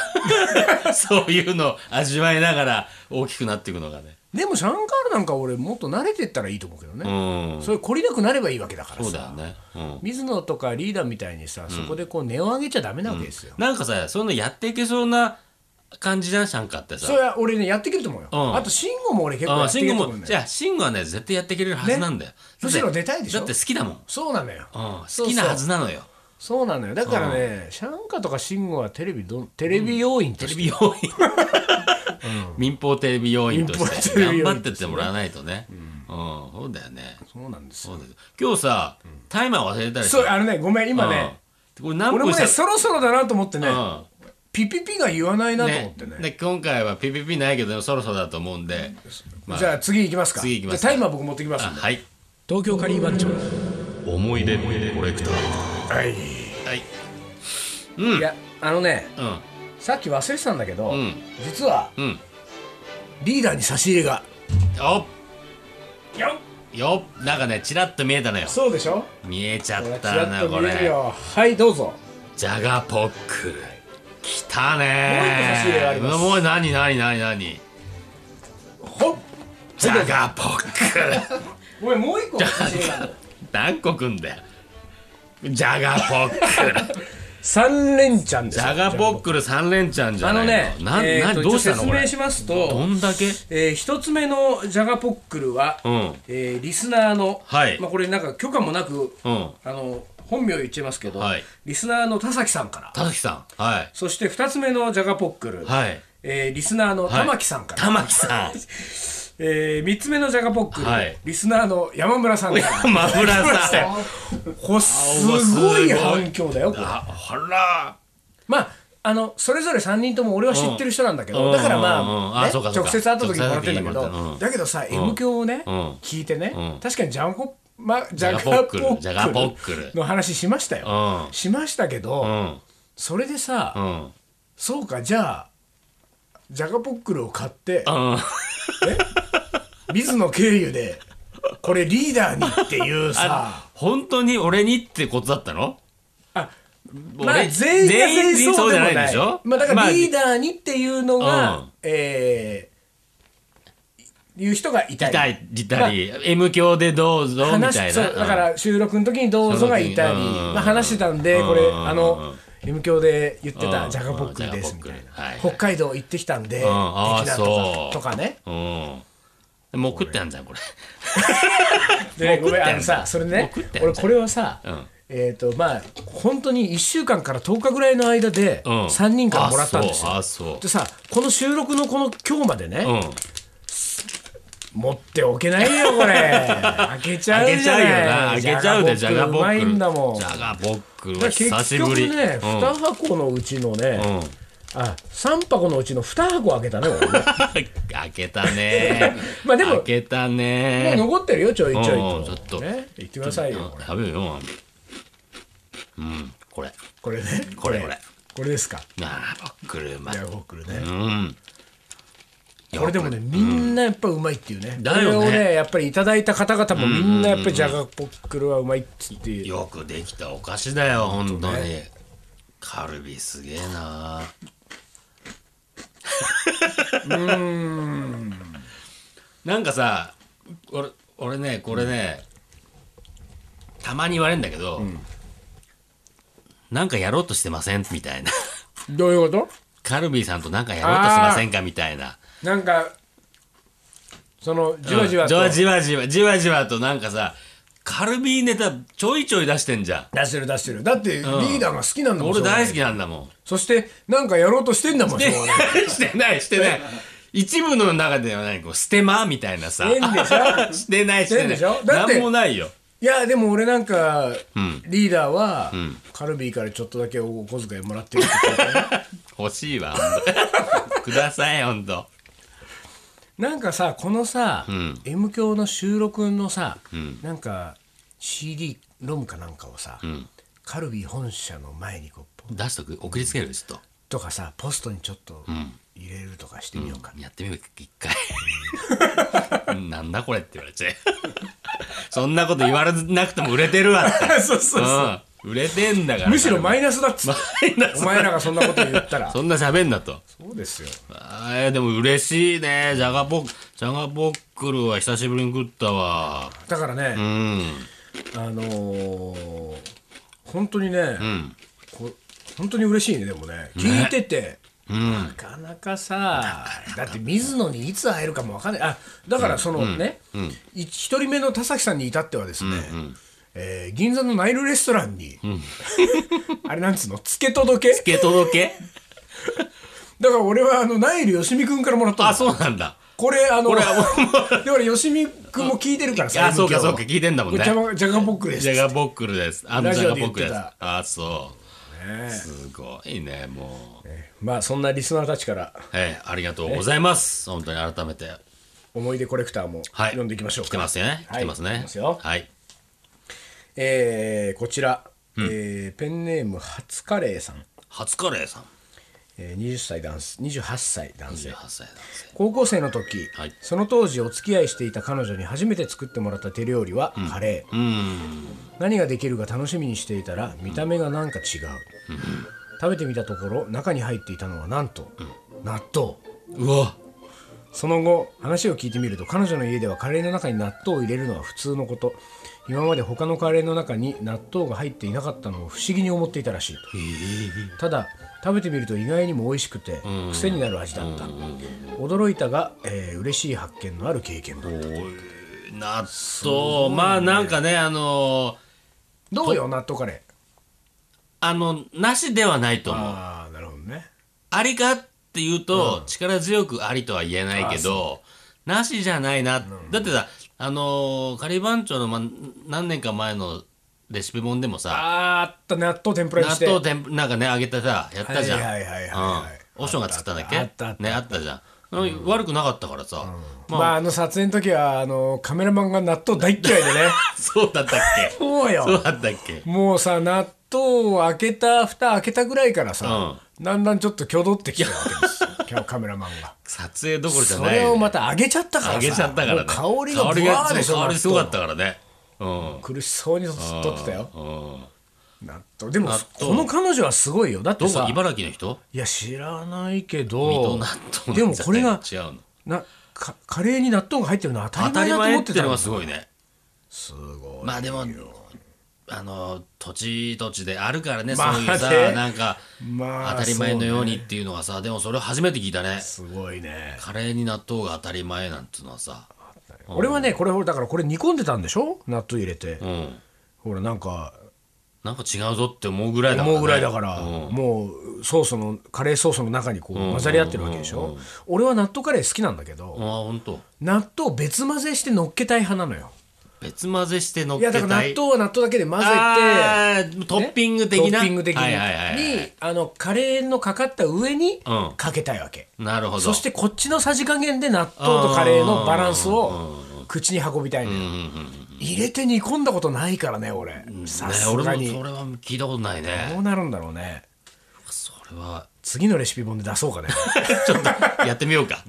Speaker 2: そういうのを味わいながら大きくなっていくのがね
Speaker 3: でもシャンカールなんか俺もっと慣れてったらいいと思うけど
Speaker 2: う
Speaker 3: ね、
Speaker 2: ん
Speaker 3: それ懲りなくなればいいわけだから
Speaker 2: そう
Speaker 3: さ
Speaker 2: だよね、うん、
Speaker 3: 水野とかリーダーみたいにさそこでこう値を上げちゃダメなわけですよ、
Speaker 2: なんかさそういうのやっていけそうな感じじゃんシャンカーって
Speaker 3: そ
Speaker 2: さ
Speaker 3: れは俺ねやっていけると思うよ、
Speaker 2: うん
Speaker 3: あと慎吾も俺結構や
Speaker 2: あ
Speaker 3: ってい
Speaker 2: 慎
Speaker 3: け
Speaker 2: 吾
Speaker 3: ると思う
Speaker 2: も
Speaker 3: んだ
Speaker 2: じ
Speaker 3: よ
Speaker 2: ゃあ慎吾はね絶対やっていけるはずなんだよ、
Speaker 3: むしろ出たいでしょ
Speaker 2: だって好きだもん、うん、
Speaker 3: そうなのよ、
Speaker 2: 好きなはずなのよ
Speaker 3: そうなのよだからね、シャンカとか慎吾はテレビどテレビ要員と
Speaker 2: テレ
Speaker 3: して、
Speaker 2: ビ要員、民放テレビ要員として
Speaker 3: 民放テレビ要員
Speaker 2: 頑張ってってもらわないとね、うんそうだよね
Speaker 3: そうなんですよ
Speaker 2: そうだよ今日さ、タイマー忘れたでしょ
Speaker 3: そうあのねごめん今ね、
Speaker 2: うんこれ何
Speaker 3: 俺も
Speaker 2: 分
Speaker 3: ね
Speaker 2: した
Speaker 3: そろそろだなと思ってね、
Speaker 2: うん
Speaker 3: ピピピが言わないなと思ってね
Speaker 2: で今回は PPP ないけどそろそろだと思うんで、ま
Speaker 3: じゃあ次行きますか
Speaker 2: 次行きます
Speaker 3: じゃあタイマー僕持ってきます
Speaker 2: あ
Speaker 3: んで
Speaker 2: はい
Speaker 3: 東京カリー番長
Speaker 2: 思い出コレクター
Speaker 3: はい、
Speaker 2: はい
Speaker 3: いやあのね
Speaker 2: うん
Speaker 3: さっき忘れてたんだけど、
Speaker 2: ん
Speaker 3: 実は
Speaker 2: うん
Speaker 3: リーダーに差し入れが
Speaker 2: よっよっなんかねチラッと見えたのよ
Speaker 3: そうでしょ
Speaker 2: 見えちゃ
Speaker 3: ほら
Speaker 2: っ
Speaker 3: ち
Speaker 2: た
Speaker 3: ら
Speaker 2: な
Speaker 3: っと
Speaker 2: こ
Speaker 3: 見える
Speaker 2: れ
Speaker 3: よはいどうぞ
Speaker 2: ジャガポック来たね
Speaker 3: もう一個差し入れがあります
Speaker 2: もう何何何何
Speaker 3: ほっ
Speaker 2: ジャガポック
Speaker 3: ごめんもう一個差し入れがある
Speaker 2: 何個くんだよジャガポックル
Speaker 3: 三連チャンです
Speaker 2: ジ
Speaker 3: よ
Speaker 2: ャガポックル三連チャンじ
Speaker 3: あ
Speaker 2: ゃな
Speaker 3: の
Speaker 2: い
Speaker 3: ね
Speaker 2: な
Speaker 3: えー
Speaker 2: な
Speaker 3: と
Speaker 2: どうした
Speaker 3: 一
Speaker 2: の
Speaker 3: 応
Speaker 2: こ
Speaker 3: 説
Speaker 2: れ
Speaker 3: 明します
Speaker 2: ど
Speaker 3: と
Speaker 2: んだけ
Speaker 3: えー一つ目のジャガポックルは、
Speaker 2: うん
Speaker 3: えーリスナーの、
Speaker 2: はい
Speaker 3: まあ、これなんか許可もなく、
Speaker 2: うん
Speaker 3: あの本名言っちゃいますけど、
Speaker 2: はい
Speaker 3: リスナーの田崎さんから
Speaker 2: 田崎さんはい
Speaker 3: そして二つ目のジャガポックル、
Speaker 2: はい
Speaker 3: えーリスナーの
Speaker 2: はい
Speaker 3: 玉木さんから、
Speaker 2: 玉木さん
Speaker 3: えー三つ目のジャガポックル、
Speaker 2: はい
Speaker 3: リスナーの山村さんから
Speaker 2: 山村さん
Speaker 3: こすごい反響だよこれ
Speaker 2: あほら
Speaker 3: まああのそれぞれ3人とも俺は知ってる人なんだけど、
Speaker 2: うん
Speaker 3: だから
Speaker 2: うんうんうん
Speaker 3: まあ,、
Speaker 2: あ
Speaker 3: ね
Speaker 2: そうかそう
Speaker 3: 直
Speaker 2: か
Speaker 3: 接会った時にもらってんだけ
Speaker 2: 直接会った時にもら
Speaker 3: ど、
Speaker 2: った
Speaker 3: だけどさ、M 響をね、
Speaker 2: うん
Speaker 3: 聞いてね、
Speaker 2: うん
Speaker 3: 確かにジャンコ、ま、ジャ
Speaker 2: ャ
Speaker 3: ガ
Speaker 2: ガ
Speaker 3: ポック
Speaker 2: ポック
Speaker 3: ル
Speaker 2: ルジャガポックル
Speaker 3: の話しましたよ、
Speaker 2: うん
Speaker 3: しましたけど、
Speaker 2: うん
Speaker 3: それでさ、
Speaker 2: うん
Speaker 3: そうかじゃあジャガポックルを買って
Speaker 2: うん
Speaker 3: 水野経由でこれリーダーにっていう さ
Speaker 2: あ本当に俺にってことだったの
Speaker 3: あ
Speaker 2: 俺
Speaker 3: まあ、全員が全員そうでもない
Speaker 2: 全員でしょ
Speaker 3: まあ、だか
Speaker 2: ま
Speaker 3: ら
Speaker 2: あ
Speaker 3: リーダーにっていうのが、
Speaker 2: うん
Speaker 3: えーいう人がいた
Speaker 2: いた
Speaker 3: り
Speaker 2: りいたり M 教でどうぞみ
Speaker 3: 話
Speaker 2: たい
Speaker 3: そ
Speaker 2: な
Speaker 3: うだから収録の時にどうぞがいたり、
Speaker 2: その時にうん
Speaker 3: まあ、話してたんでこれ
Speaker 2: うん
Speaker 3: あの M 教で言って
Speaker 2: う
Speaker 3: た
Speaker 2: ん
Speaker 3: ジャガポックルです
Speaker 2: うん
Speaker 3: みたいな
Speaker 2: ジャガポックルはいはい
Speaker 3: 北海道行ってきたんで的
Speaker 2: あー
Speaker 3: な
Speaker 2: そ
Speaker 3: と
Speaker 2: う
Speaker 3: かとかね
Speaker 2: うんうんもう食ってやんじゃんこれ
Speaker 3: でごめん
Speaker 2: 食って
Speaker 3: あ
Speaker 2: ん
Speaker 3: の
Speaker 2: だ
Speaker 3: さそれ
Speaker 2: も
Speaker 3: ね
Speaker 2: う食ってんだ
Speaker 3: 俺これをさ、
Speaker 2: うん
Speaker 3: えっ、とまあ本当に1週間から10日ぐらいの間で
Speaker 2: うん
Speaker 3: 3人からもらったんですよ、
Speaker 2: あそうあ
Speaker 3: でさこの収録のこの今日までね、
Speaker 2: そううん
Speaker 3: 持っておけないよこ れ開けちゃう
Speaker 2: あげ
Speaker 3: じ
Speaker 2: ち
Speaker 3: ゃ
Speaker 2: ゃうよな。
Speaker 3: な
Speaker 2: あ
Speaker 3: い
Speaker 2: げちゃうで、ジャガポ
Speaker 3: うま
Speaker 2: ッ
Speaker 3: い
Speaker 2: クル。
Speaker 3: んだもん
Speaker 2: ジャガポック
Speaker 3: だ
Speaker 2: ルは
Speaker 3: から
Speaker 2: 久
Speaker 3: 結
Speaker 2: し
Speaker 3: 局
Speaker 2: ぶり。
Speaker 3: ね、
Speaker 2: うん
Speaker 3: 2箱のうちのね、
Speaker 2: うん
Speaker 3: あ3箱のうちの2箱開けたね俺ね。
Speaker 2: 開けた ね
Speaker 3: まあでも
Speaker 2: 開けた
Speaker 3: もう
Speaker 2: ね。
Speaker 3: 残ってるよちょいちょい
Speaker 2: うんちょっと
Speaker 3: ね言ってくださいよこれ
Speaker 2: 食べるよ。うん、これ。
Speaker 3: これね
Speaker 2: これこれ
Speaker 3: これですか
Speaker 2: ジャガポックルうまい
Speaker 3: ジャガポックルね
Speaker 2: うん。
Speaker 3: これでもねみんなやっぱうまいっていうね
Speaker 2: だよね
Speaker 3: これをねやっぱりいただいた方々もみんなやっぱりジャガポックルはうまいっつっていう
Speaker 2: よくできたお菓子だよ、本当に。カルビすげえな。なんかさ、俺、俺ね、これね。たまに言われるんだけど。なんかやろうとしてませんみたいな。
Speaker 3: どういうこと
Speaker 2: カルビーさんとなんかやろうとしてませんかみたいな。
Speaker 3: なんかそのじわじわと
Speaker 2: うんじわじわ、じわじわとなんかさ。カルビーネタちょいちょい出してんじゃ
Speaker 3: 出してる出してるだってリ
Speaker 2: ん
Speaker 3: ーダーが好きなん
Speaker 2: ん。
Speaker 3: だもん
Speaker 2: 俺大好
Speaker 3: き
Speaker 2: きなんだもん。
Speaker 3: そしてなんかやろうとしてんだもんしょうがない
Speaker 2: で してないしてない一部の中ではないこうステマみたいなさ
Speaker 3: してんでしょ
Speaker 2: してないして
Speaker 3: してんで
Speaker 2: な
Speaker 3: しょ
Speaker 2: い
Speaker 3: だって
Speaker 2: 何もないよ
Speaker 3: いやでも俺なんか
Speaker 2: ん
Speaker 3: リーダーはカルビーからちょっとだけお小遣いもらってるって聞いた ね
Speaker 2: 欲しいわほ んとくださいほんと
Speaker 3: なんかさこのさ
Speaker 2: ん
Speaker 3: M 響の収録のさ
Speaker 2: ん
Speaker 3: なんか CD ロムかなんかをさカルビー本社の前にこうポ
Speaker 2: 出しとく送りつけるちょっ
Speaker 3: とかさポストにちょっと入れるとかしてみようか、
Speaker 2: とやってみる一 回なんだこれって言われちゃうそんなこと言われなくても売れてるわっ て
Speaker 3: そうそうそう
Speaker 2: うん、売れてんだから
Speaker 3: むしろマイナスだっつっ
Speaker 2: マイナ
Speaker 3: て
Speaker 2: ス
Speaker 3: お前らがそんなこと言ったら
Speaker 2: そんな喋んなと
Speaker 3: そうですよ
Speaker 2: あーでも嬉しいねジャガポッジャガポックルは久しぶりに食ったわ
Speaker 3: だからね、
Speaker 2: うん
Speaker 3: あのー、本当にね、
Speaker 2: うん
Speaker 3: こ本当に嬉しいねでもね聞いてて、
Speaker 2: うん
Speaker 3: なかなかさだって水野にいつ会えるかもわかんないあだからそのね、い一人目の田崎さんに至ってはですね、えー銀座のナイルレストランに、 あれなんつうのつけ届け
Speaker 2: つけ届け
Speaker 3: だから俺はあのナイルよしみくんからもらったの
Speaker 2: あそうなんだ
Speaker 3: これあの
Speaker 2: これは
Speaker 3: で俺よしみくんも聞いてるからさ
Speaker 2: あそうか
Speaker 3: 今日
Speaker 2: そうか聞いてんだもんね
Speaker 3: ジャガジャガポックです
Speaker 2: ジャガポックルですあの
Speaker 3: ラ
Speaker 2: ジ
Speaker 3: ジ
Speaker 2: ャガ
Speaker 3: オで
Speaker 2: ポ
Speaker 3: 言っ
Speaker 2: ックル
Speaker 3: て
Speaker 2: です
Speaker 3: た
Speaker 2: あそ
Speaker 3: ね
Speaker 2: うすごいねもう
Speaker 3: まあそんなリスナーたちから
Speaker 2: ええありがとうございます本当に改めて
Speaker 3: 思い出コレクターも
Speaker 2: はい
Speaker 3: 読んでいきましょう
Speaker 2: 来て
Speaker 3: か、
Speaker 2: ますね来
Speaker 3: はい
Speaker 2: てます
Speaker 3: 来
Speaker 2: ね
Speaker 3: てますよ
Speaker 2: はい
Speaker 3: えーこちら、えーペンネーム初カレーさん、
Speaker 2: 初カレーさん
Speaker 3: えー20歳男性28歳男性
Speaker 2: 18歳男性
Speaker 3: 高校生の時、
Speaker 2: はい
Speaker 3: その当時お付き合いしていた彼女に初めて作ってもらった手料理はカレー、何ができるか楽しみにしていたら見た目がなんか違う、食べてみたところ中に入っていたのはなんと、納豆
Speaker 2: うわ
Speaker 3: その後話を聞いてみると彼女の家ではカレーの中に納豆を入れるのは普通のこと今まで他のカレーの中に納豆が入っていなかったのを不思議に思っていたらしいとただ食べてみると意外にも美味しくて癖になる味だった驚いたが、えー嬉しい発見のある経験だ
Speaker 2: 納豆まあなんかねあのー
Speaker 3: どうよ納豆カレー
Speaker 2: あのなしではないと思う
Speaker 3: ああなるほどね
Speaker 2: ありかって言うと、力強くありとは言えないけど、なしじゃないな。だってさ、あのーカリバン長の、ま、何年か前のレシピ本でもさ、
Speaker 3: あーあった納豆天ぷらに
Speaker 2: 納
Speaker 3: して
Speaker 2: 豆天ぷなんかね、揚げたさ、やったじゃん。
Speaker 3: はいはいはいはいはい
Speaker 2: うん。オションが作ったんだっけ
Speaker 3: あったあった
Speaker 2: ね、あったじゃん。悪くなかったからさ、
Speaker 3: まああの撮影の時はあのカメラマンが納豆大っ嫌いで ね
Speaker 2: そうだったっけ
Speaker 3: そうよ
Speaker 2: そうだったっけ
Speaker 3: もうさ納豆を開けた蓋開けたぐらいからさ、だんだんちょっと挙動ってきたわけです よ今日カメラマンが
Speaker 2: 撮影どころじゃ
Speaker 3: そ
Speaker 2: ない
Speaker 3: れ
Speaker 2: よ
Speaker 3: を
Speaker 2: ね、
Speaker 3: また揚げちゃったからさ
Speaker 2: 揚げちゃったか
Speaker 3: も
Speaker 2: らね。
Speaker 3: う香りが
Speaker 2: 香り
Speaker 3: ブワー
Speaker 2: が
Speaker 3: でしょ
Speaker 2: 香りすごかっ
Speaker 3: 納
Speaker 2: たからね。うん。
Speaker 3: 豆苦しそうに取ってたよ
Speaker 2: うん。
Speaker 3: 納豆でも
Speaker 2: 納豆
Speaker 3: この彼女はすごいよだって
Speaker 2: どこ
Speaker 3: さ
Speaker 2: 茨城の人
Speaker 3: いや知らないけ
Speaker 2: 水戸
Speaker 3: ど
Speaker 2: 納豆
Speaker 3: で
Speaker 2: なん
Speaker 3: も
Speaker 2: じゃ
Speaker 3: これが
Speaker 2: 違うの
Speaker 3: なかカレーに納豆が入ってるのは当
Speaker 2: 当
Speaker 3: た
Speaker 2: た
Speaker 3: り
Speaker 2: り
Speaker 3: 前だと思
Speaker 2: 前
Speaker 3: っ
Speaker 2: ってて
Speaker 3: た
Speaker 2: の
Speaker 3: の
Speaker 2: はすごいね
Speaker 3: すごい
Speaker 2: まあでもあの土地土地であるからね、
Speaker 3: まあ
Speaker 2: そういうさ、
Speaker 3: ね
Speaker 2: なんか、
Speaker 3: まあ
Speaker 2: 当たり前のようにっていうのがさでもそれを初めて聞いたね
Speaker 3: すごいね
Speaker 2: カレーに納豆が当たり前なんていうのはさ
Speaker 3: 俺はねこれだからこれ煮込んでたんでしょ納豆入れて
Speaker 2: うん
Speaker 3: ほらなんか
Speaker 2: なんか違うぞって思うぐらいだから、ね、
Speaker 3: 思うぐらいだから、
Speaker 2: うん
Speaker 3: もうソースのカレーソースの中にこう混ざり合ってるわけでしょ、俺は納豆カレー好きなんだけど、
Speaker 2: あ本当
Speaker 3: 納豆を別混ぜして乗っけたい派なのよ
Speaker 2: 別混ぜして乗っ
Speaker 3: い
Speaker 2: け
Speaker 3: や
Speaker 2: た
Speaker 3: だ
Speaker 2: い
Speaker 3: から納豆は納豆だけで混ぜて
Speaker 2: あートッピング的な
Speaker 3: ねトッピング的に、
Speaker 2: はいはいはいはい
Speaker 3: にあのカレーのかかった上に
Speaker 2: うん
Speaker 3: かけたいわけ、
Speaker 2: なるほど
Speaker 3: そしてこっちのさじ加減で納豆とカレーのバランスを口に運びたいのよ、入れて煮込んだことないからね俺さ
Speaker 2: ね
Speaker 3: す
Speaker 2: 俺も
Speaker 3: が
Speaker 2: そ
Speaker 3: に、
Speaker 2: れは聞いたことない
Speaker 3: ど
Speaker 2: ね
Speaker 3: うなるんだろうね
Speaker 2: それは
Speaker 3: 次のレシピ本で出そうかね
Speaker 2: ちょっとやってみよう か、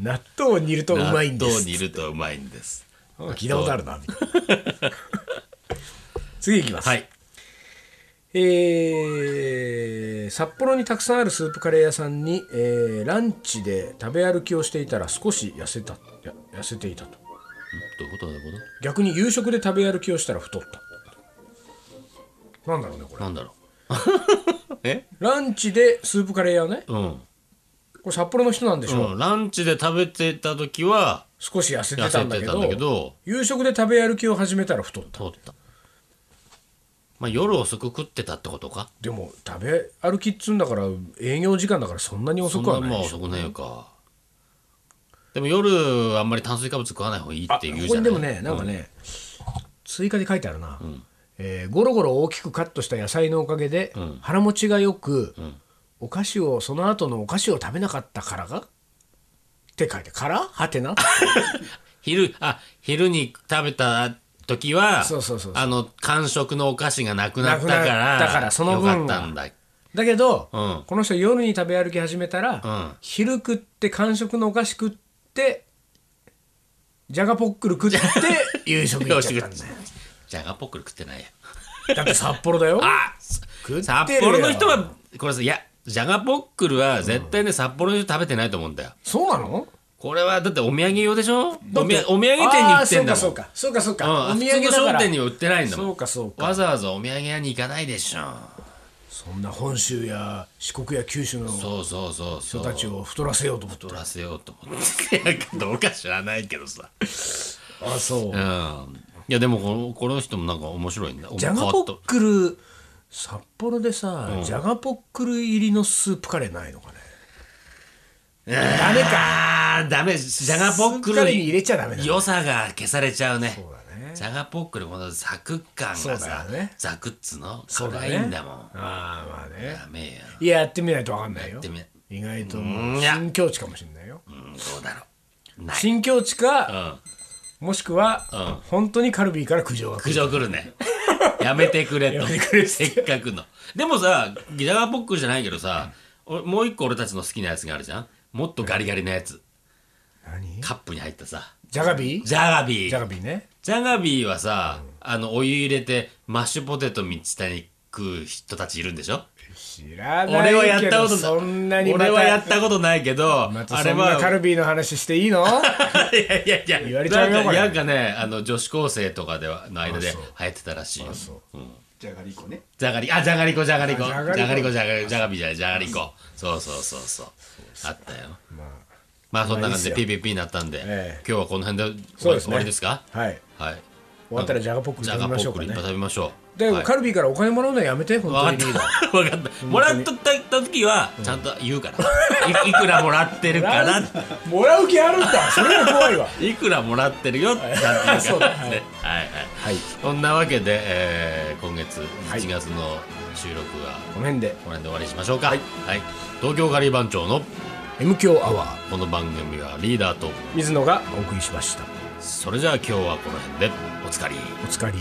Speaker 3: 納豆を煮るとうまいんで
Speaker 2: 納豆
Speaker 3: す
Speaker 2: 煮るとうまいんです
Speaker 3: 聞いたことあるなみたいな 次いきます、
Speaker 2: はい
Speaker 3: えー札幌にたくさんあるスープカレー屋さんに、えーランチで食べ歩きをしていたら少し痩せたや痩せていたと
Speaker 2: どういうことどういうこ
Speaker 3: 逆に夕食で食べ歩きをしたら太ったなんだろうねことれ
Speaker 2: なんだろう え
Speaker 3: ランチでスープカレー屋ね
Speaker 2: うん、
Speaker 3: これ札幌の人なんでしょう、
Speaker 2: うん、ランチで食べてた時は
Speaker 3: 少し痩せ
Speaker 2: 痩
Speaker 3: てた
Speaker 2: せ
Speaker 3: んだけ
Speaker 2: てた
Speaker 3: ど
Speaker 2: んだけど
Speaker 3: 夕食で食べ歩きを始めたら太った
Speaker 2: 通ったまあ夜遅く食ってたってことか
Speaker 3: でも食べ歩きっつうんだから営業時間だからそんなに遅
Speaker 2: そん
Speaker 3: く
Speaker 2: な
Speaker 3: はない
Speaker 2: もう
Speaker 3: でしょ
Speaker 2: 遅くないかでも夜あんまり炭水化物食わない方がいい
Speaker 3: あ
Speaker 2: って言う
Speaker 3: こ
Speaker 2: じ
Speaker 3: こ
Speaker 2: ゃ
Speaker 3: にで
Speaker 2: ない
Speaker 3: もねなんかね、追加で書いてあるな、えーゴロゴロ大きくカットした野菜のおかげで、腹持ちがよく、お菓子をその後のお菓子を食べなかったからが って書いてからはてな
Speaker 2: 昼あ昼に食べた時は
Speaker 3: そうそうそうそう
Speaker 2: あの完食のお菓子がなくなったか
Speaker 3: な
Speaker 2: ら
Speaker 3: くなったからその分は
Speaker 2: よかったんだ
Speaker 3: だけど、
Speaker 2: うん
Speaker 3: この人夜に食べ歩き始めたら、
Speaker 2: うん
Speaker 3: 昼食って間食のお菓子食ってじゃがポックル 食って夕食行っちゃったんだよ
Speaker 2: じゃがポックル食ってないや
Speaker 3: だって札幌だよ
Speaker 2: あ
Speaker 3: 食ってるよ
Speaker 2: 札幌の人はこれさいやじゃがポックルは絶対ね、札幌の人食べてないと思うんだよ
Speaker 3: そうなの
Speaker 2: これはだってお土産用でしょお土お土産店に
Speaker 3: あ
Speaker 2: 売ってんだ
Speaker 3: ー
Speaker 2: も
Speaker 3: そうんかそうかそうかそう
Speaker 2: うん
Speaker 3: か、お
Speaker 2: 普
Speaker 3: 土
Speaker 2: 通
Speaker 3: 産
Speaker 2: の
Speaker 3: だから
Speaker 2: 商店には売ってないんだもん
Speaker 3: そうかそうか
Speaker 2: わざわざお土産屋に行かないでしょ
Speaker 3: そんな本州や四国や九州の人
Speaker 2: そうそうそうそう
Speaker 3: たちを太らせようと思って
Speaker 2: 取らせようと思って いやどうか知らないけどさ
Speaker 3: あそう
Speaker 2: うんいやでもこのこの人もなんか面白いんだ
Speaker 3: じゃがポ
Speaker 2: 変わった
Speaker 3: ックル札幌でさ、じゃがポックル入りのスープカレーないのかね
Speaker 2: ダメかあーダメじゃがポック
Speaker 3: スープカ
Speaker 2: ル
Speaker 3: レーに入れちゃダメだね
Speaker 2: 良さが消されちゃうね
Speaker 3: そうだね
Speaker 2: じゃがポックルこのザク感
Speaker 3: そ
Speaker 2: が
Speaker 3: うだ
Speaker 2: さ
Speaker 3: よ、ね
Speaker 2: ザクっつの
Speaker 3: そうだね
Speaker 2: 辛いんだもん
Speaker 3: ああまあね
Speaker 2: ダメや
Speaker 3: いややってみないと分かんないよ
Speaker 2: ってみない
Speaker 3: 意外と
Speaker 2: んいや
Speaker 3: 新境地かもしれないよ
Speaker 2: うんどうだろうない
Speaker 3: 新境地
Speaker 2: う
Speaker 3: か
Speaker 2: ん
Speaker 3: もしくは、本当にカルビーから苦情が来
Speaker 2: 苦
Speaker 3: る
Speaker 2: 情来るねやめて くれとせっかくのでもさギターボックルじゃないけどさ、おもう一個俺たちの好きなやつがあるじゃんもっとガリガリなやつ、
Speaker 3: 何
Speaker 2: カップに入ったさ
Speaker 3: じゃがビー
Speaker 2: ジャガビ
Speaker 3: じゃ
Speaker 2: ー
Speaker 3: がビーね
Speaker 2: ジャガビーはさ、あのお湯入れてマッシュポテトみたいに食う人たちいるんでしょ
Speaker 3: 知らないけど
Speaker 2: 俺はやったこと
Speaker 3: そんなにまた
Speaker 2: 俺はやったことないけど、
Speaker 3: また
Speaker 2: あ
Speaker 3: そ
Speaker 2: れ
Speaker 3: んなカ
Speaker 2: は
Speaker 3: ルビーの話していいの
Speaker 2: いやいやいや
Speaker 3: 言われちゃうよ
Speaker 2: なん
Speaker 3: こ
Speaker 2: か
Speaker 3: れ
Speaker 2: なんかねあの女子高生とかではの間で流行ってたらしいよ
Speaker 1: じゃがりこね
Speaker 2: じゃがりあじゃがりこじゃがりこじ
Speaker 3: あじ
Speaker 2: ゃ
Speaker 3: ゃがり
Speaker 2: が
Speaker 3: こ
Speaker 2: りこじゃがりこじゃがりじゃないじゃがりこそうそうそうそうあったよまあそんな感じで
Speaker 3: まあい
Speaker 2: PPP になったんで、
Speaker 3: ええ
Speaker 2: 今日はこの辺で終
Speaker 3: そう
Speaker 2: わ
Speaker 3: で
Speaker 2: り
Speaker 3: すね
Speaker 2: 終わりですか
Speaker 3: はい
Speaker 2: はい
Speaker 3: 終わったらじゃがポックル
Speaker 2: じ
Speaker 3: 食
Speaker 2: ゃ
Speaker 3: べ
Speaker 2: がポ
Speaker 3: ましょうかね
Speaker 2: ックルいっぱい食べましょう
Speaker 3: だか
Speaker 2: は
Speaker 3: ら
Speaker 2: い
Speaker 3: カルビーからお金もらうのはやめて本当
Speaker 2: わかっ
Speaker 3: に
Speaker 2: た。わかった。もらっとった時は、ちゃんと言うから。いいく らもらってるか な。
Speaker 3: もらう気あるんだそれが怖いわ
Speaker 2: いくらもらってるよってちゃんと言うからね。はいはい。
Speaker 3: はい
Speaker 2: そんなわけで、えー今月
Speaker 3: はい
Speaker 2: 1月の収録は
Speaker 3: この辺で
Speaker 2: この辺で終わりにしましょうか。はい。東京ガリ番長の
Speaker 3: M 強アワー
Speaker 2: この番組はリーダーと、
Speaker 3: 水野がお送りしました
Speaker 2: それじゃあ今日はこの辺でおつかり。
Speaker 3: お疲れ